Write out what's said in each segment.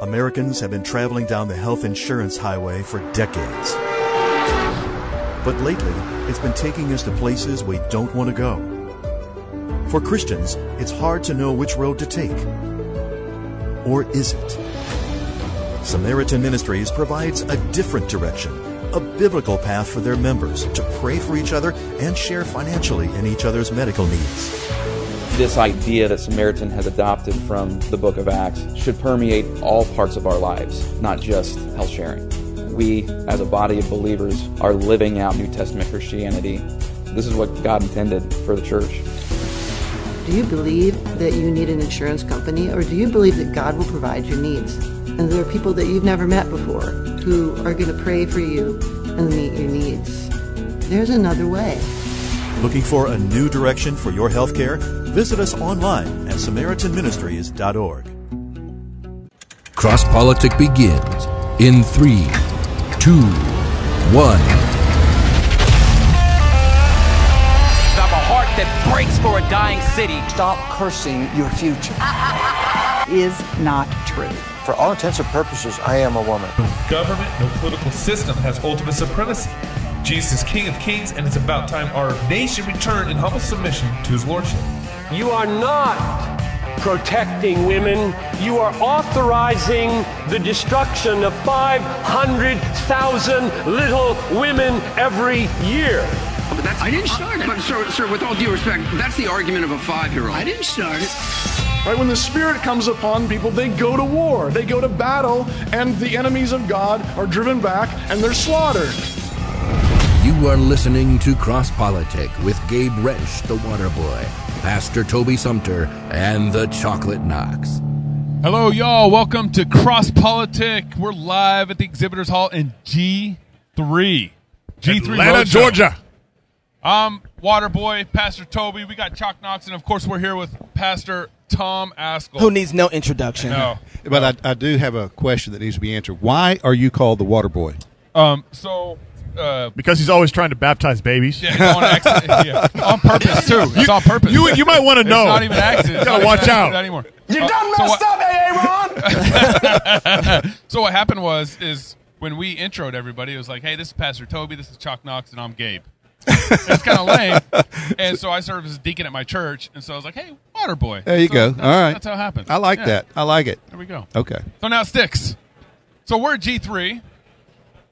Americans have been traveling down the health insurance highway for decades. But lately, it's been taking us to places we don't want to go. For Christians, it's hard to know which road to take. Or is it? Samaritan Ministries provides a different direction, a biblical path for their members to pray for each other and share financially in each other's medical needs this idea that Samaritan has adopted from the book of Acts should permeate all parts of our lives, not just health sharing. We, as a body of believers, are living out New Testament Christianity. This is what God intended for the church. Do you believe that you need an insurance company, or do you believe that God will provide your needs? And there are people that you've never met before who are going to pray for you and meet your needs. There's another way. Looking for a new direction for your healthcare? Visit us online at SamaritanMinistries.org. Cross Politic begins in three, two, one. I'm a heart that breaks for a dying city. Stop cursing your future. Is not true. For all intents and purposes, I am a woman. No government, no political system has ultimate supremacy. Jesus King of Kings, and it's about time our nation returned in humble submission to his lordship. You are not protecting women, you are authorizing the destruction of 500,000 little women every year. But that's, I didn't start uh, it. But, sir, sir, with all due respect, that's the argument of a five year old. I didn't start it. Right? When the Spirit comes upon people, they go to war, they go to battle, and the enemies of God are driven back and they're slaughtered. You are listening to Cross Politic with Gabe Wrench, the water boy, Pastor Toby Sumter, and the Chocolate Knox. Hello, y'all. Welcome to Cross Politic. We're live at the Exhibitors Hall in G3. G3 Atlanta, Roadshow. Georgia. I'm water boy, Pastor Toby. We got Chock Knox, and of course, we're here with Pastor Tom Askell. Who needs no introduction. No. But I, I do have a question that needs to be answered. Why are you called the water boy? Um, so uh, because he's always trying to baptize babies. Yeah, on, accident, yeah. on purpose too. It's you, on purpose. You you might want to know. It's not even accident. You gotta watch out anymore. You uh, done so messed eh, what, up, Aaron. so what happened was is when we introed everybody, it was like, "Hey, this is Pastor Toby. This is Chuck Knox, and I'm Gabe." it's kind of lame, and so I served as deacon at my church, and so I was like, "Hey, water boy." There you so go. All right, that's how it happened. I like yeah. that. I like it. There we go. Okay. So Oh, now it sticks. So we're at G three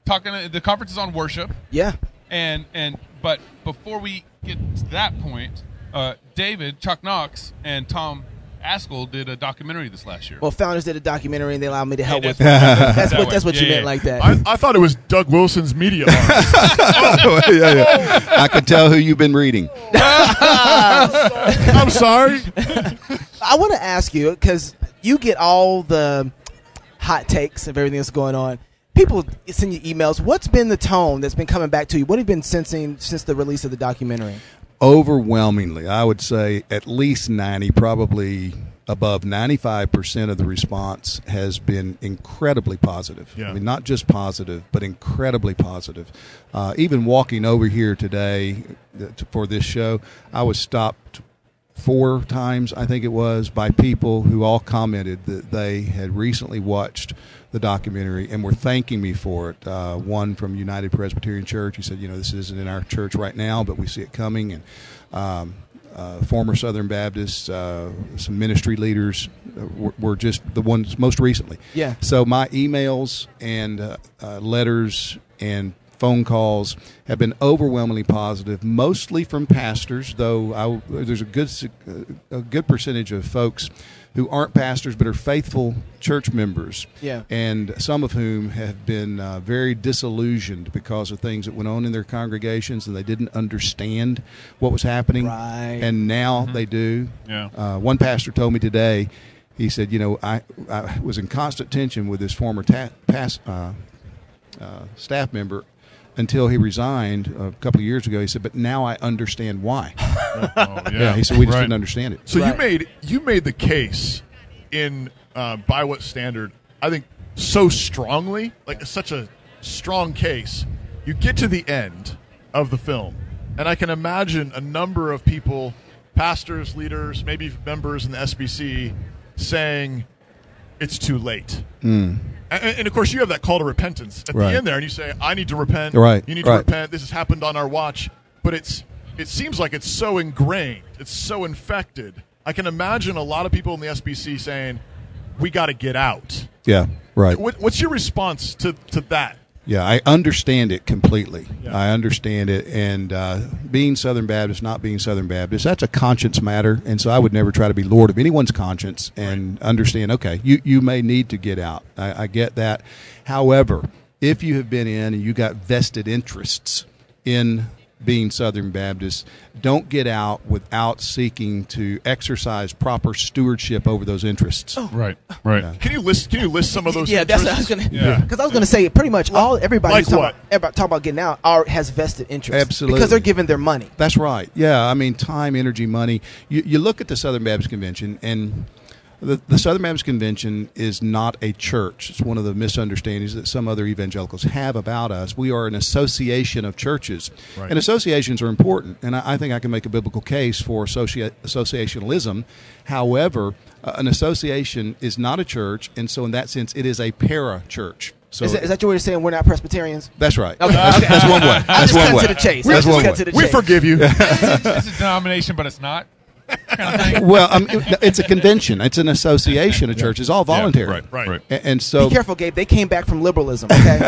talking the conference is on worship yeah and and but before we get to that point uh, david chuck knox and tom askell did a documentary this last year well founders did a documentary and they allowed me to help hey, with that's, that's what that's what yeah, you yeah. meant like that I, I, thought it was doug wilson's media oh, yeah, yeah. i can tell who you've been reading i'm sorry i want to ask you because you get all the hot takes of everything that's going on people send you emails. What's been the tone that's been coming back to you? What have you been sensing since the release of the documentary? Overwhelmingly, I would say at least 90, probably above 95% of the response has been incredibly positive. Yeah. I mean, not just positive, but incredibly positive. Uh, even walking over here today uh, for this show, I was stopped four times, I think it was, by people who all commented that they had recently watched the documentary and were thanking me for it. Uh, one from United Presbyterian Church, he said, you know, this isn't in our church right now, but we see it coming. And um, uh, former Southern Baptists, uh, some ministry leaders uh, were, were, just the ones most recently. Yeah. So my emails and uh, letters and phone calls have been overwhelmingly positive, mostly from pastors. Though I, there's a good uh, a good percentage of folks who aren't pastors but are faithful church members, yeah. and some of whom have been uh, very disillusioned because of things that went on in their congregations and they didn't understand what was happening, right. and now mm-hmm. they do. Yeah. Uh, one pastor told me today. He said, "You know, I, I was in constant tension with his former ta- past, uh, staff member until he resigned a couple of years ago. He said, "But now I understand why." oh, yeah. yeah. he said we just right. didn't understand it. So right. you made you made the case in uh, by what standard? I think so strongly, like such a strong case. You get to the end of the film, and I can imagine a number of people, pastors, leaders, maybe members in the SBC, saying, it's too late. Mm. And, and of course, you have that call to repentance at Right. the end there, and you say, "I need to repent. Right, You need right. to repent. This has happened on our watch." But it's it seems like it's so ingrained, it's so infected. I can imagine a lot of people in the SBC saying, "We got to get out." Yeah, right. What, what's your response to to that? Yeah, I understand it completely. Yeah. I understand it. And uh, being Southern Baptist, not being Southern Baptist, that's a conscience matter. And so I would never try to be Lord of anyone's conscience and understand, okay, you, you may need to get out. I, I get that. However, if you have been in and you got vested interests in being Southern Baptist, don't get out without seeking to exercise proper stewardship over those interests. Right, right. Can you list Can you list some of those? Yeah, that's what I was interests? gonna. Yeah. Because I was gonna say pretty much all everybody like who's talking what? about, everybody talking about getting out are, has vested interest. Absolutely. Because they're giving their money. That's right. Yeah, I mean, time, energy, money. You, you look at the Southern Baptist Convention, and the, the Southern Baptist Convention is not a church. It's one of the misunderstandings that some other evangelicals have about us. We are an association of churches, Right. and associations are important. And I, I think I can make a biblical case for associa- associationalism. However, uh, an association is not a church, and so in that sense, it is a para church. So is, that, is that your way of saying we're not Presbyterians? that's right. Okay. That's, that's one way. Just That's cut one way. to the chase. That's Just one cut way. to the We chase. forgive you. it's a denomination, but it's not. well, I mean, it- it's a convention. It's an association of churches. It's all voluntary. right, right. Right. A- And so, be careful, Gabe. They came back from liberalism. Okay,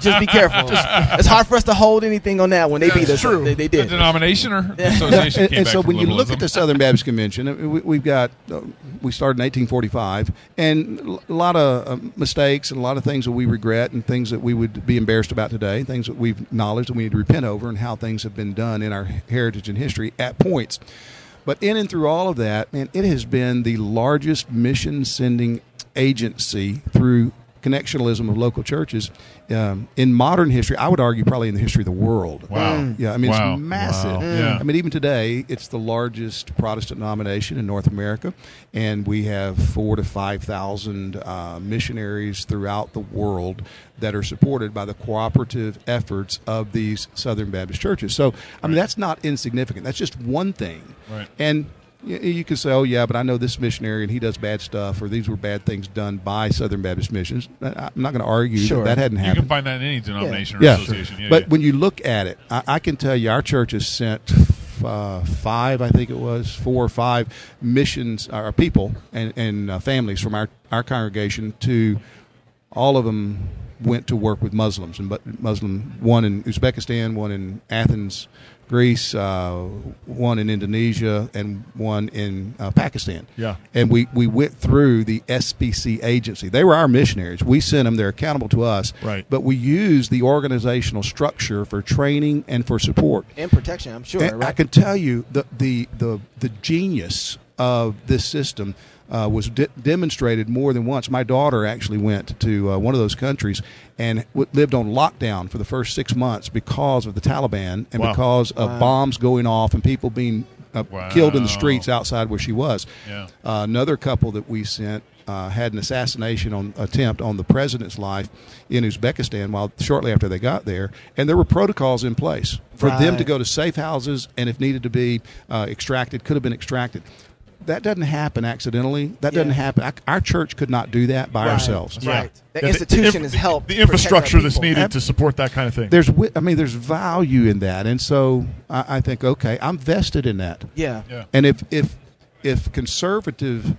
just be careful. Just- it's hard for us to hold anything on that when they beat us. They, they did. The denomination or the Yeah, association and, came and back so from when you look liberalism. at the Southern Baptist Convention, I mean, we, we've got uh, we started in 1845, and l- a lot of uh, mistakes and a lot of things that we regret and things that we would be embarrassed about today, things that we've acknowledged and we need to repent over, and how things have been done in our heritage and history at points. But in and through all of that, man, it has been the largest mission sending agency through connectionalism of local churches um, in modern history. I would argue probably in the history of the world. Wow. Yeah, I mean Wow. it's massive. Wow. Yeah. I mean, even today, it's the largest Protestant denomination in North America, and we have four to five thousand uh, missionaries throughout the world that are supported by the cooperative efforts of these Southern Baptist churches. So, I mean, that's not insignificant. That's just one thing. Right. And y- you can say, oh, yeah, but I know this missionary and he does bad stuff, or these were bad things done by Southern Baptist missions. I- I'm not going to argue Sure. that that hadn't You can happened. find that in any denomination or association. Yeah, but yeah. when you look at it, I, I can tell you our church has sent uh, five, I think it was, four or five missions, uh, or people and, and uh, families from our, our congregation to all of them went to work with Muslims, and but Muslim one in Uzbekistan, one in Athens, Greece, uh, one in Indonesia, and one in uh, Pakistan. Yeah. and we we went through the SBC agency. They were our missionaries. We sent them. They're accountable to us. Right. But we use the organizational structure for training and for support. And protection, I'm sure. And I Right? can tell you the the the, the genius of this system uh, was de- demonstrated more than once. My daughter actually went to uh, one of those countries and w- lived on lockdown for the first six months because of the Taliban and Wow. because of Wow. bombs going off and people being uh, killed in the streets outside where she was. Yeah. Uh, another couple that we sent uh, had an assassination on, attempt on the president's life in Uzbekistan while shortly after they got there, and there were protocols in place for them to Right. go to safe houses and if needed to be uh, extracted, could have been extracted. That doesn't happen accidentally. That doesn't happen. I, our church could not do that by Right. ourselves. Right. The Yeah. Yeah, the- the institution inf- has helped. the protect our infrastructure that's people. needed to support that kind of thing. There's, wi- I mean, there's value in that, and so I, I think, okay, I'm vested in that. Yeah. Yeah. And if if if conservative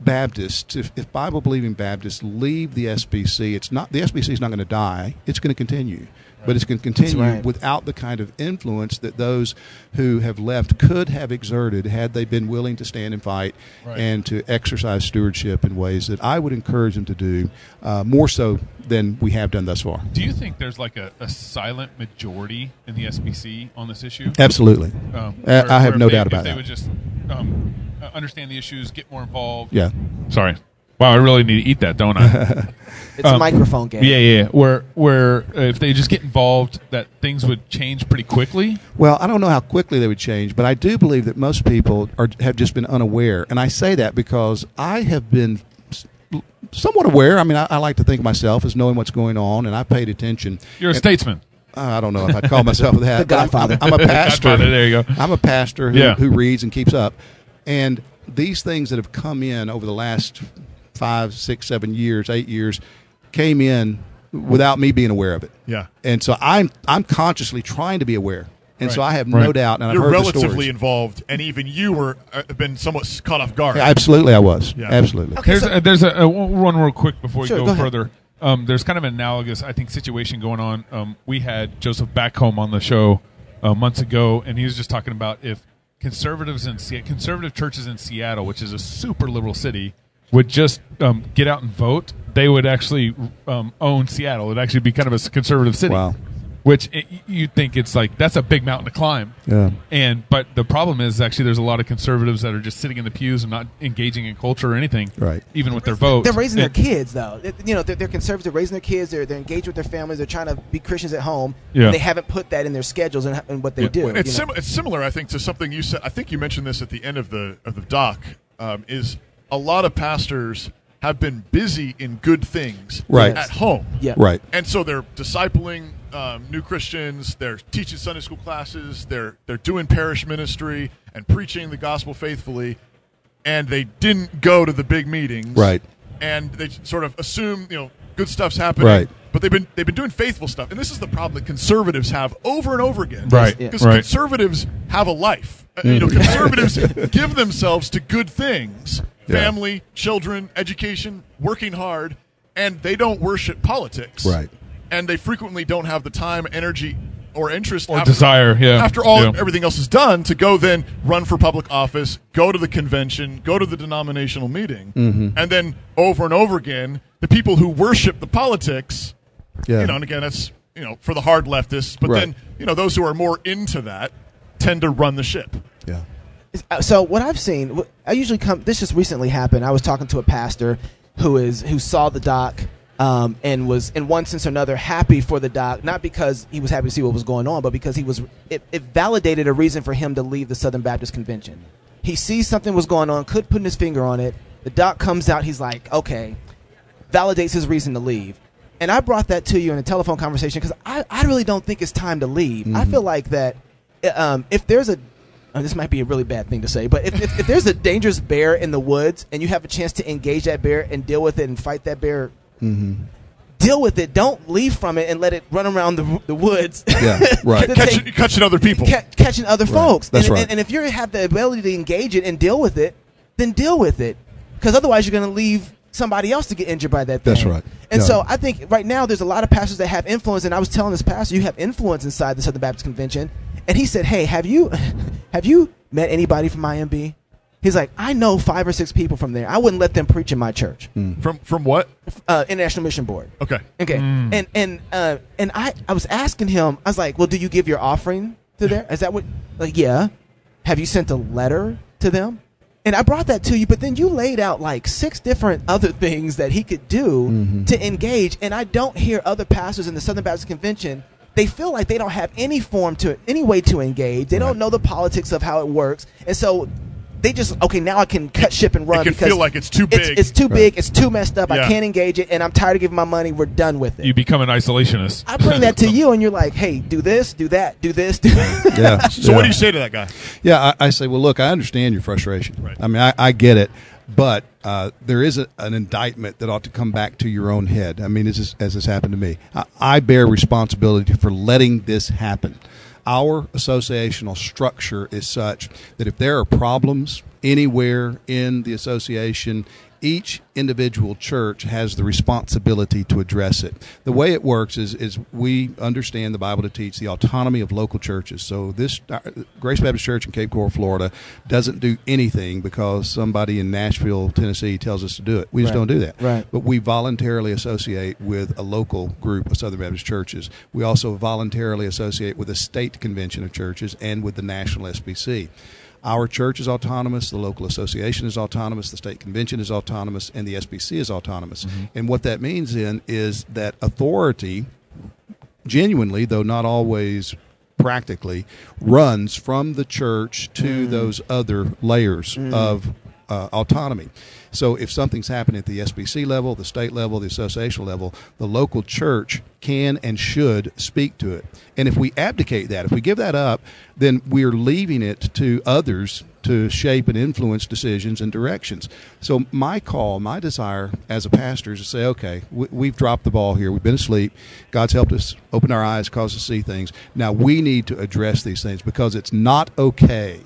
Baptists, if, if Bible believing Baptists leave the SBC, it's not the SBC is not going to die. It's going to continue, but it's going to continue That's right. without the kind of influence that those who have left could have exerted had they been willing to stand and fight Right. and to exercise stewardship in ways that I would encourage them to do uh, more so than we have done thus far. Do you think there's like a, a silent majority in the SBC on this issue? Um, Absolutely. I- Uh, I have if no they- doubt if about they that. would just um, uh, understand the issues, get more involved. Yeah. Sorry. Wow, I really need to eat that, don't I? It's a microphone game. Um, Yeah, yeah. yeah. Where where uh, if they just get involved, that things would change pretty quickly. Well, I don't know how quickly they would change, but I do believe that most people are, have just been unaware. And I say that because I have been s- somewhat aware. I mean, I, I like to think of myself as knowing what's going on, and I paid attention. You're a And- statesman. Uh, I don't know if I'd call myself that. The but I'm- Godfather. I'm, I'm a pastor. Godfather, there you go. I'm a pastor who, Yeah. who reads and keeps up. And these things that have come in over the last five, six, seven years, eight years, came in without me being aware of it. Yeah. And so I'm I'm consciously trying to be aware. And so I have no doubt, and you're I've heard the relatively stories. involved, and even you were uh, been somewhat s- caught off guard. Yeah, absolutely, I was. Absolutely. Okay, there's so- a, there's a, a- one real quick before Sure, you go go, ahead. further. Um, there's kind of an analogous, I think, situation going on. Um, we had Joseph Backholm on the show uh, months ago, and he was just talking about if conservatives in Se- conservative churches in Seattle, which is a super liberal city, would just um, get out and vote, they would actually um, own Seattle. It'd actually be kind of a s- conservative city. Wow. Which it, you think it's like that's a big mountain to climb. Yeah. And but the problem is actually there's a lot of conservatives that are just sitting in the pews and not engaging in culture or anything. Right. Even with their vote. They're raising their And- kids though. It- You know, they're, they're conservative, raising their kids. They're, they're engaged with their families. They're trying to be Christians at home. Yeah. And They haven't put that in their schedules and, and what they do. Well, It's, you know? sim- it's similar, I think, to something you said. I think you mentioned this at the end of the of the doc. Um, is a lot of pastors have been busy in good things Right. at home, Yeah. Right. and so they're discipling um, new Christians. They're teaching Sunday school classes. They're they're doing parish ministry and preaching the gospel faithfully, and they didn't go to the big meetings, Right. And they sort of assume you know good stuff's happening, Right. But they've been they've been doing faithful stuff, and this is the problem that conservatives have over and over again, Right, yeah. Because right. conservatives have a life. Uh, You know, Mm. conservatives give themselves to good things Yeah. family, children, education, working hard, and they don't worship politics. Right. And they frequently don't have the time, energy, or interest Or desire, yeah. After all, Yeah. everything else is done to go then run for public office, go to the convention, go to the denominational meeting, Mm-hmm. Mhm. and then over and over again, the people who worship the politics, Yeah. you know, and again, that's you know for the hard leftists, but Right. then you know those who are more into that tend to run the ship. Uh, so what I've seen, wh- I usually come. This just recently happened. I was talking to a pastor who is who saw the doc um, and was in one sense or another happy for the doc, not because he was happy to see what was going on, but because he was it, it validated a reason for him to leave the Southern Baptist Convention. He sees something was going on, could put his finger on it. The doc comes out. He's like, okay, validates his reason to leave. And I brought that to you in a telephone conversation because I, I really don't think it's time to leave. I Mhm. feel like that uh, um, if there's a uh, this might be a really bad thing to say, but if, if, if there's a dangerous bear in the woods and you have a chance to engage that bear and deal with it and fight that bear, Mm-hmm. deal with it. Don't leave from it and let it run around the, the woods. Yeah, right. To Catch- take- catching other people. ca- catching other Right. folks. That's and, right. and, and if you have the ability to engage it and deal with it, then deal with it. Because otherwise, you're going to leave somebody else to get injured by that thing. That's right. And Yeah. so I think right now there's a lot of pastors that have influence. And I was telling this pastor, you have influence inside the Southern Baptist Convention. And he said, Hey, have you have you met anybody from IMB? He's like, I know five or six people from there. I wouldn't let them preach in my church. From from what? Uh, International Mission Board. Okay. Okay. Mm. And and uh, and I I was asking him. I was like, "Well, do you give your offering to there? Is that what?" Like, yeah. Have you sent a letter to them? And I brought that to you, but then you laid out like six different other things that he could do to engage. And I don't hear other pastors in the Southern Baptist Convention. They feel like they don't have any form to any way to engage. They don't know the politics of how it works, and so they just okay. Now I can cut ship and run can because feel like it's too big. It's, too Right. big. It's too messed up. Yeah. I can't engage it, and I'm tired of giving my money. We're done with it. You become an isolationist. I bring that to you, and you're like, "Hey, do this, do that, do this." Do Yeah. So Yeah. what do you say to that guy? Yeah, I, I say, well, look, I understand your frustration. I mean, I, I get it, but uh, there is a, an indictment that ought to come back to your own head. I mean, as this, as this happened to me, I, I bear responsibility for letting this happen. Our associational structure is such that if there are problems anywhere in the association, each individual church has the responsibility to address it. The way it works is, is we understand the Bible to teach the autonomy of local churches. So this uh, Grace Baptist Church in Cape Coral, Florida, doesn't do anything because somebody in Nashville, Tennessee, tells us to do it. We just Right. don't do that. Right. But we voluntarily associate with a local group of Southern Baptist churches. We also voluntarily associate with a state convention of churches and with the national SBC. Our church is autonomous, the local association is autonomous, the state convention is autonomous, and the SBC is autonomous. And what that means then is that authority genuinely, though not always practically, runs from the church to those other layers of uh, autonomy. So if something's happening at the SBC level, the state level, the associational level, the local church can and should speak to it. And if we abdicate that, if we give that up, then we're leaving it to others to shape and influence decisions and directions. So my call, my desire as a pastor is to say, okay, we, we've dropped the ball here. We've been asleep. God's helped us open our eyes, cause us to see things. Now we need to address these things because it's not okay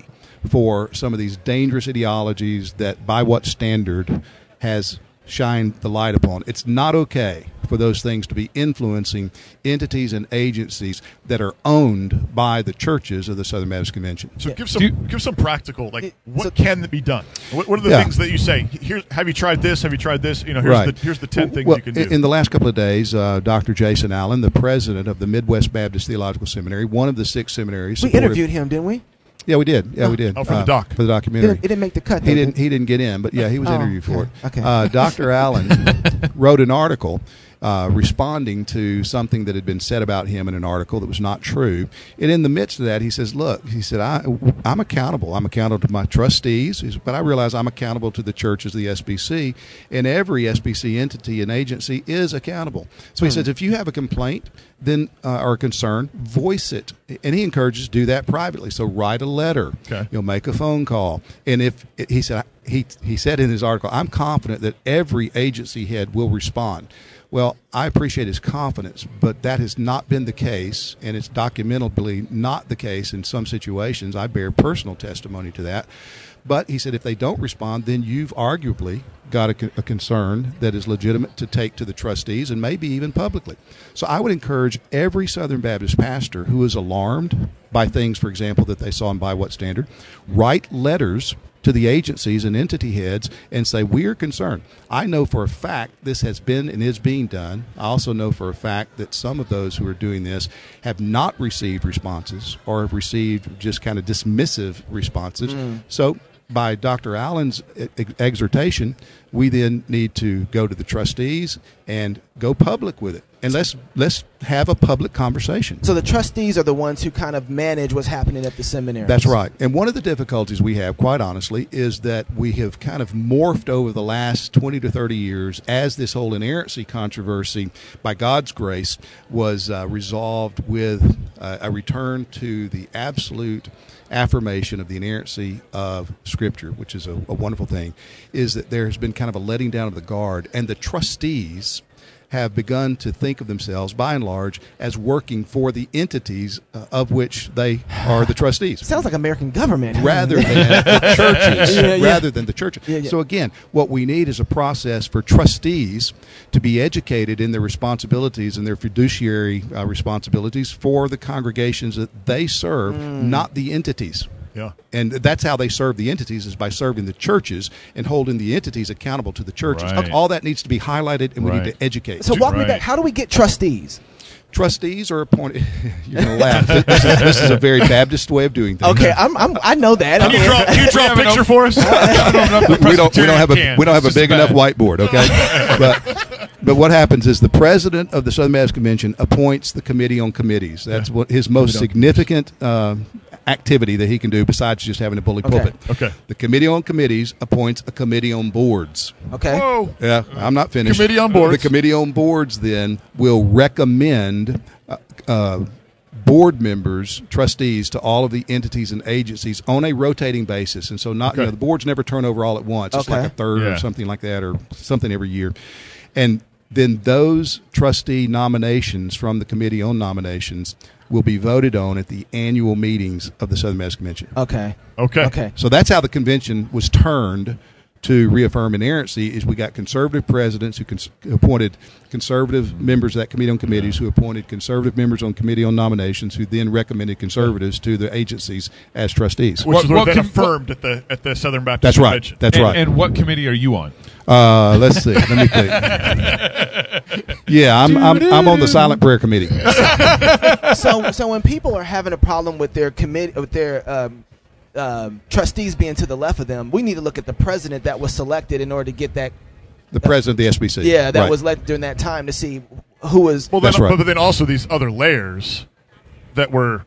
for some of these dangerous ideologies that, by what standard, has shined the light upon. It's not okay for those things to be influencing entities and agencies that are owned by the churches of the Southern Baptist Convention. So give some give some practical like what can be done. What, what are the Yeah. things that you say? Here, have you tried this? Have you tried this? You know, here's right. the here's the ten things Well, you can do. In the last couple of days, uh, Dr. Jason Allen, the president of the Midwest Baptist Theological Seminary, one of the six seminaries, We supported- interviewed him, didn't we? Yeah, we did. Yeah, we did. Oh, for the Uh, doc. for the documentary. It didn't- it didn't make the cut, He though, didn't. did it? He didn't get in, but yeah, he was Oh, interviewed for it. okay. Uh, Dr. Allen wrote an article uh, responding to something that had been said about him in an article that was not true. And in the midst of that, he says, "Look," he said, I, "I'm accountable. I'm accountable to my trustees, he said, but I realize I'm accountable to the church as the SBC, and every SBC entity and agency is accountable." So he Hmm. says, "If you have a complaint, then uh, or a concern, voice it." And he encourages do that privately. So write a letter. Okay. You'll make a phone call. And if he said he he said in his article, I'm confident that every agency head will respond. Well, I appreciate his confidence, but that has not been the case, and it's documentably not the case in some situations. I bear personal testimony to that. But he said, if they don't respond, then you've arguably got a, con- a concern that is legitimate to take to the trustees and maybe even publicly. So I would encourage every Southern Baptist pastor who is alarmed by things, for example, that they saw and by what standard, write letters to the agencies and entity heads and say, We are concerned. I know for a fact this has been and is being done. I also know for a fact that some of those who are doing this have not received responses or have received just kind of dismissive responses. Mm. So, by Dr. Allen's ex- exhortation, we then need to go to the trustees and go public with it, and let's let's have a public conversation. So the trustees are the ones who kind of manage what's happening at the seminary. That's right. And one of the difficulties we have, quite honestly, is that we have kind of morphed over the last 20 to 30 years as this whole inerrancy controversy, by God's grace, was uh, resolved with uh, a return to the absolute affirmation of the inerrancy of Scripture, which is a, a wonderful thing, is that there has been kind of a letting down of the guard, and the trustees have begun to think of themselves, by and large, as working for the entities uh, of which they are the trustees. Sounds like American government Rather than the churches, Yeah, yeah. rather than the churches. Yeah, yeah. So again, what we need is a process for trustees to be educated in their responsibilities and their fiduciary uh, responsibilities for the congregations that they serve, Hmm. not the entities. Yeah. And that's how they serve the entities is by serving the churches and holding the entities accountable to the churches. Right. All that needs to be highlighted, and we need Right. to educate. So walk me back. How do we get trustees? Trustees are appointed. You're going to laugh. this, is, this is a very Baptist way of doing things. Okay, I'm, I'm, I know that. Can you draw- can you draw a picture for us? I don't know if the We- we don't we don't Presbyterian have a can. we don't have It's a big just bad. enough whiteboard, okay? but but what happens is the president of the Southern Baptist Convention appoints the committee on committees. That's what his most We don't. significant uh, activity that he can do besides just having a bully Okay. pulpit. Okay. The committee on committees appoints a committee on boards. Okay. Whoa. Yeah, I'm not finished. Committee on boards. The committee on boards then will recommend uh, uh, board members, trustees to all of the entities and agencies on a rotating basis, and so not you Okay. know the boards never turn over all at once. It's Okay. like a third Yeah. or something like that, or something every year, and then those trustee nominations from the committee on nominations will be voted on at the annual meetings of the Southern Baptist Convention. Okay. Okay. Okay. So that's how the convention was turned to reaffirm inerrancy. Is we got conservative presidents who cons- appointed conservative members of that committee on committees, who appointed conservative members on committee on nominations, who then recommended conservatives to the agencies as trustees. Which What- is what what then can- affirmed at the at the Southern Baptist That's right. Convention. That's and, right. And what committee are you on? Uh, let's see. Let me think. Yeah, I'm, I'm, I'm on the silent prayer committee. so so when people are having a problem with their commit with their um, um, trustees being to the left of them, we need to look at the president that was selected in order to get that. The president of the SBC. Yeah, that Right. was let during that time to see who was. Well, then, That's right. but then also these other layers that were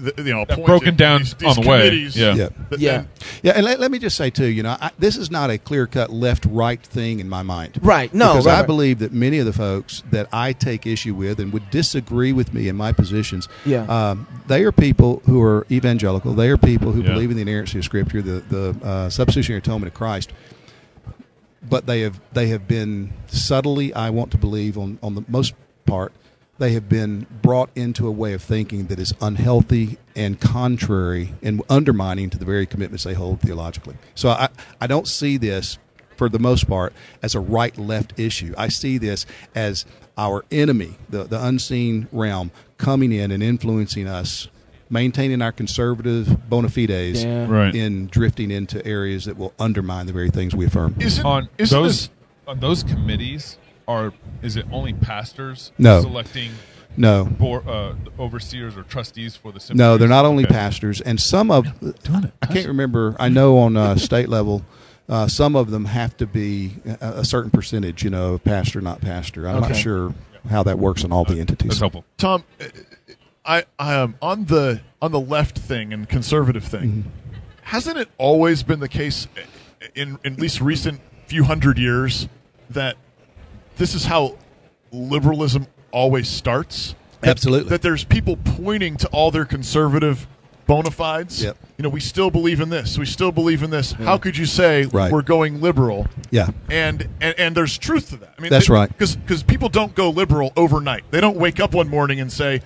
the, you know, Yeah, appointed broken down these, these on the way. committees Yeah. Yeah. that yeah. then- And let, let me just say, too, you know, I, this is not a clear cut left right thing in my mind. Right. No, Because right, I right. believe that many of the folks that I take issue with and would disagree with me in my positions, Yeah. um, they are people who are evangelical. They are people who Yeah. believe in the inerrancy of Scripture, the, the uh, substitutionary atonement of Christ. But they have they have been subtly, I want to believe, on, on the most part, they have been brought into a way of thinking that is unhealthy and contrary and undermining to the very commitments they hold theologically. So I, I don't see this, for the most part, as a right left issue. I see this as our enemy, the, the unseen realm, coming in and influencing us, maintaining our conservative bona fides Yeah. Right. in drifting into areas that will undermine the very things we affirm. on isn't those this- on those committees are is it only pastors No. selecting No. board, uh, overseers or trustees for the No, seminaries? they're not only Okay. pastors, and some of I can't remember. I know on uh, state level, uh, some of them have to be a, a certain percentage. You know, pastor, not pastor. I'm not Okay. sure how that works in all the entities. That's helpful. Tom, I, I am on the on the left thing and conservative thing. Mm-hmm. Hasn't it always been the case in, in at least recent few hundred years that this is how liberalism always starts? That- Absolutely. That there's people pointing to all their conservative bona fides. Yep. Mm. You know, we still believe in this. We still believe in this. How could you say Right. we're going liberal? Yeah. And, and and there's truth to that. I mean, That's right. Because people don't go liberal overnight. They don't wake up one morning and say,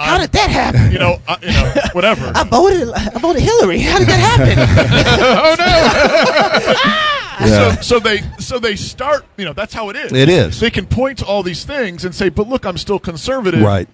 How did that happen? you know, I, you know whatever. I voted. I voted Hillary. How did that oh no! Yeah. So, so they so they start. You know, that's how it is. It is. They can point to all these things and say, "But look, I'm still conservative." Right.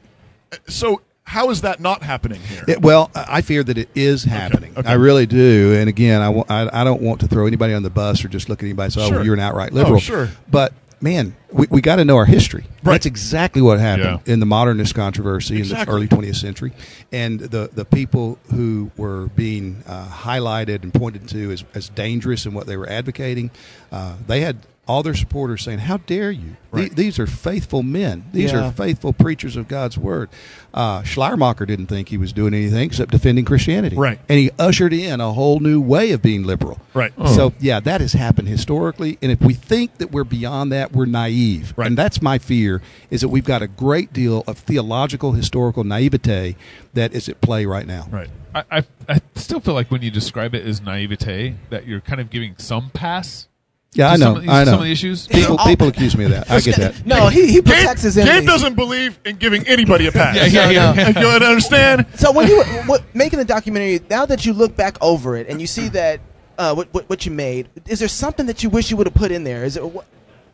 So how is that not happening here? It- well, I I fear that it is happening. I really do. And again, I wa- I, I don't want to throw anybody on the bus or just look at anybody and say, Sure. oh, you're an outright Oh, liberal. sure. But, man, we, we got to know our history. Right. That's exactly what happened in the modernist controversy in the Exactly. early 20th century. And the, the people who were being uh, highlighted and pointed to as, as dangerous in what they were advocating, uh, they had all their supporters saying, how dare you? The- These are faithful men. These Yeah. are faithful preachers of God's word. Uh, Schleiermacher didn't think he was doing anything except defending Christianity. Right. And he ushered in a whole new way of being liberal. Right. So, yeah, that has happened historically. And if we think that we're beyond that, we're naive. Right. And that's my fear is that we've got a great deal of theological, historical naivete that is at play right now. Right. I, I, I still feel like when you describe it as naivete, that you're kind of giving some pass. Yeah, to I know. Some of, these- I know. Some of the issues. People, people accuse me of that. I get that. No, he, he Gabe, protects his Gabe enemies. doesn't believe in giving anybody a pass. Yeah, yeah, No, yeah. You understand? So when you were what, making the documentary, now that you look back over it and you see that uh, what, what what you made, is there something that you wish you would have put in there? Is it what?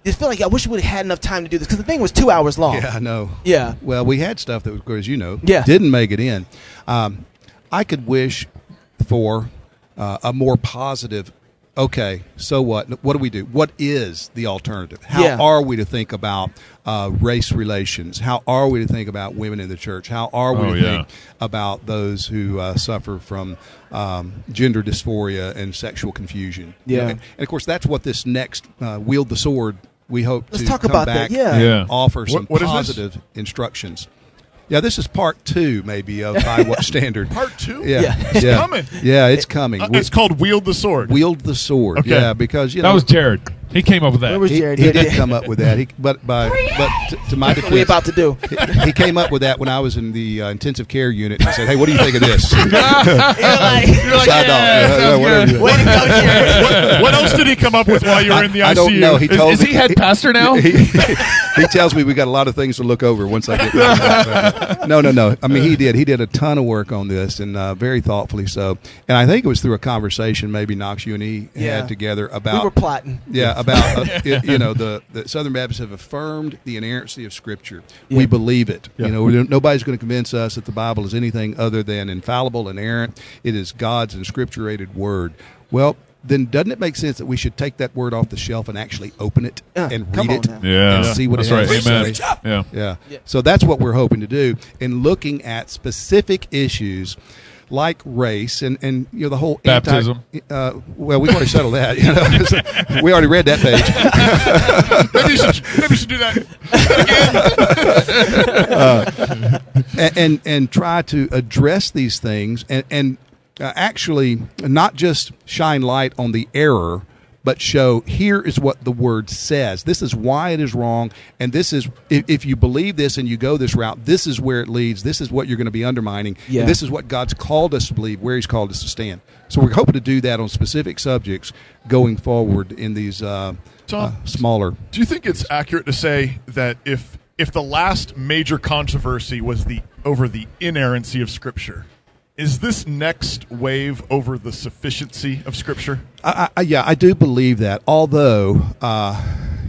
You feel like I wish we would have had enough time to do this because the thing was two hours long. Yeah, I know. Yeah. Well, we had stuff that, of course, you know, Yeah. didn't make it in. Um, I could wish for uh, a more positive. Okay, so what? What do we do? What is the alternative? How Yeah. are we to think about uh, race relations? How are we to think about women in the church? How are we Oh, to yeah. think about those who uh, suffer from um, gender dysphoria and sexual confusion? You know, Yeah. and, and of course, that's what this next uh, wield the sword. We hope Let's to talk come about back that, yeah. and Yeah. offer some What- what is this? positive instructions. Yeah, this is part two, maybe of by what standard? Part two? Yeah. Yeah, yeah, It's coming. Yeah, it's coming. Uh, it's called wield the sword. wield the sword. Okay. Yeah, because you That know was Jared. He came up with that. Where was he, Jared? he did come up with that. He, but by but to, to my That's what we defense, about to do. he, he came up with that when I was in the uh, intensive care unit. and I said, "Hey, what do you think of this?" You're like, Side dog. Yeah, yeah, whatever you- way to go, Jared. what, what else did he come up with while you were in the ICU? I don't know. He Is- told is me, he head pastor now? He, he tells me we got a lot of things to look over once I get. Back. no, no, no. I mean, he did. He did a ton of work on this, and uh, very thoughtfully so. And I think it was through a conversation maybe Knox, you and he Yeah. had together about We were plotting. yeah, about uh, it- you know the, the Southern Baptists have affirmed the inerrancy of Scripture. We believe it. You know, we don't, nobody's going to convince us that the Bible is anything other than infallible, inerrant. It is God's inscripturated word. Well, then doesn't it make sense that we should take that word off the shelf and actually open it Yeah, and come read it on now. yeah. and see what That's it right. has to Amen. say? Yeah. Yeah. Yeah. So that's what we're hoping to do in looking at specific issues like race and and you know the whole Baptism. Anti, uh, well, we've already settled that. You know, we already read that page. maybe, you should, maybe you should do that again. Uh, and, and and try to address these things and and uh, actually not just shine light on the error but show here is what the word says this is why it is wrong and this is if, if you believe this and you go this route this is where it leads this is what you're going to be undermining Yeah. and this is what god's called us to believe where he's called us to stand so we're hoping to do that on specific subjects going forward in these uh, Tom, uh, smaller Do you think it's accurate to say that if if the last major controversy was the over the inerrancy of Scripture, is this next wave over the sufficiency of Scripture? I, I, yeah, I do believe that. Although, uh,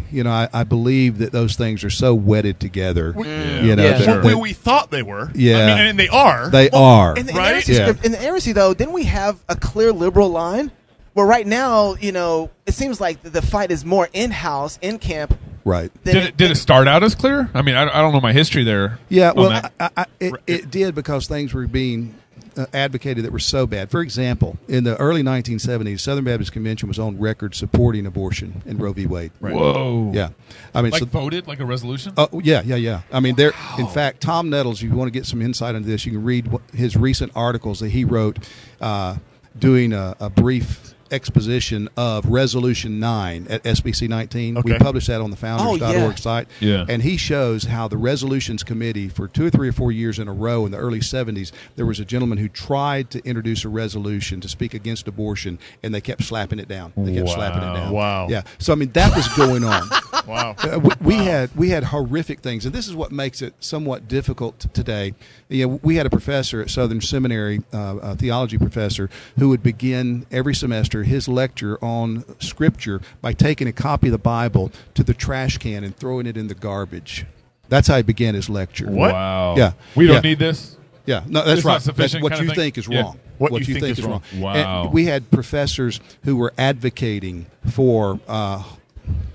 you know, I, I believe that those things are so wedded together. Yeah. You know, Yeah. that- Well, that- we thought they were. Yeah, I mean, and they are. They Well, are. In the, Right? inerrancy, Yeah. in the inerrancy, though, didn't we have a clear liberal line? Where right now, you know, it seems like the- the fight is more in house, in camp. Right. Then Did it, did it start out as clear? I mean, I, I don't know my history there. Yeah, on well, that. I, I, it, it did because things were being uh, advocated that were so bad. For example, in the early 1970s, Southern Baptist Convention was on record supporting abortion in Roe v. Wade. Whoa. Yeah, I mean, like so- voted like a resolution. Oh yeah, yeah, yeah. I mean, there. In fact, Tom Nettles. If you want to get some insight into this, you can read what- his recent articles that he wrote, uh, doing a, a brief exposition of Resolution Nine at SBC 19. We Okay. published that on the founders.org Oh, yeah. site. Yeah. And he shows how the Resolutions Committee, for two or three or four years in a row in the early 70s, there was a gentleman who tried to introduce a resolution to speak against abortion, and they kept slapping it down. They kept slapping it Wow. down. Wow. Yeah. So I mean, that was going on. Wow. Uh, we, we had we had horrific things, and this is what makes it somewhat difficult t- today. You know, we had a professor at Southern Seminary, uh, a theology professor, who would begin every semester his lecture on Scripture by taking a copy of the Bible to the trash can and throwing it in the garbage. That's how he began his lecture. What? Wow. Yeah. We don't Yeah. need this? Yeah. No, that's It's not right. That's sufficient what kinda you thing? think is Yeah. wrong. What you think is wrong. Wow. And we had professors who were advocating for uh,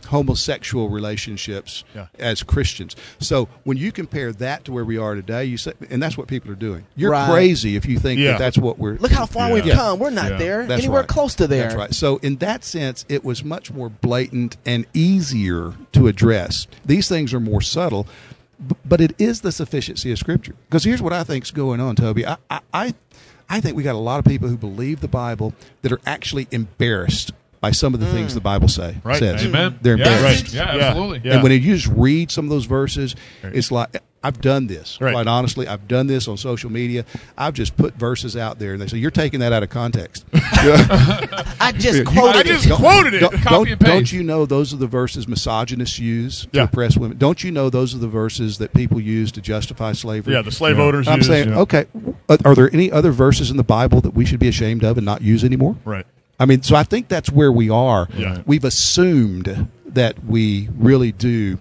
homosexual relationships Yeah. as Christians. So when you compare that to where we are today, you say, and that's what people are doing. You're Right. crazy if you think Yeah. that that's what we're. Look how far we've Yeah. come. We're not Yeah. there That's anywhere right. close to there. That's right. So in that sense, it was much more blatant and easier to address. These things are more subtle, b- but it is the sufficiency of Scripture. Because here's what I think's going on, Toby. I, I, I, I think we got a lot of people who believe the Bible that are actually embarrassed by some of the things the Bible say Right. says. Amen. They're Yeah. embarrassed. Right. Yeah, Yeah. absolutely. And Yeah. when you just read some of those verses, it's like I've done this. Right. Quite honestly, I've done this on social media. I've just put verses out there, and they say you're taking that out of context. I just You- quoted you- it. don't- Don't, don't- don't you know those are the verses misogynists use to Yeah. oppress women? Don't you know those are the verses that people use to justify slavery? Yeah, the slave Yeah. owners I'm use, saying, yeah. okay, are, are there any other verses in the Bible that we should be ashamed of and not use anymore? Right. I mean, so I think that's where we are. Yeah. We've assumed that we really do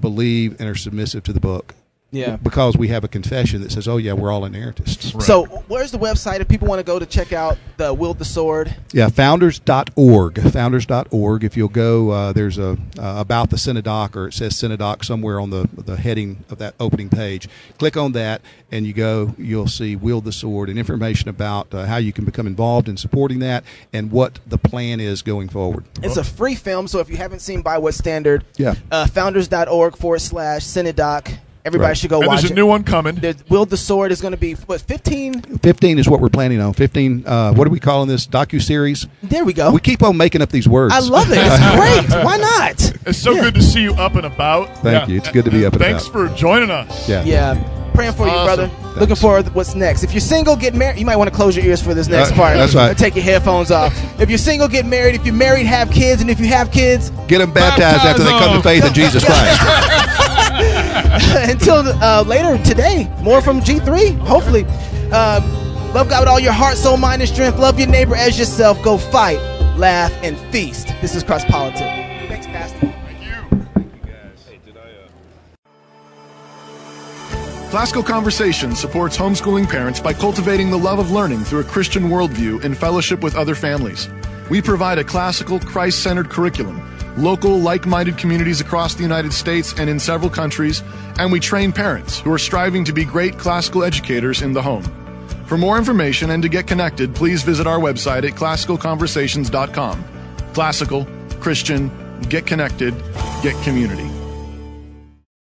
believe and are submissive to the book. Yeah. Because we have a confession that says, oh, yeah, we're all inerrantists. So, where's the website if people want to go to check out the Wield the Sword? Yeah, founders.org. Founders.org. If you'll go, uh, there's a uh, about the Synodoc, or it says Synodoc somewhere on the, the heading of that opening page. Click on that, and you go, you'll see Wield the Sword and information about uh, how you can become involved in supporting that and what the plan is going forward. It's a free film, so if you haven't seen By What Standard, Yeah. uh, founders.org forward slash Cinedoc. Everybody Right. should go And watch there's a new one coming. Wield the Sword is going to be, what, 15? 15 is what we're planning on. 15, uh, what are we calling this? Docu series? There we go. We keep on making up these words. I love it. It's great. Why not? It's so good to see you up and about. Thank you. It's good to be up and Thanks about. for joining us. Yeah. Yeah. Praying for you, Awesome. brother. Looking forward to what's next. If you're single, get married. You might want to close your ears for this next Uh, part. that's right. Take your headphones off. if you're single, get married. If you're married, have kids. And if you have kids, Get them baptized after they come to faith in Jesus Christ. until uh, later today. More from G3, hopefully. Uh, love God with all your heart, soul, mind, and strength. Love your neighbor as yourself. Go fight, laugh, and feast. This is Cross Politics. Thanks, Pastor. Classical Conversation supports homeschooling parents by cultivating the love of learning through a Christian worldview in fellowship with other families. We provide a classical, Christ centered curriculum, local, like minded communities across the United States and in several countries, and we train parents who are striving to be great classical educators in the home. For more information and to get connected, please visit our website at classicalconversations.com. Classical, Christian, get connected, get community.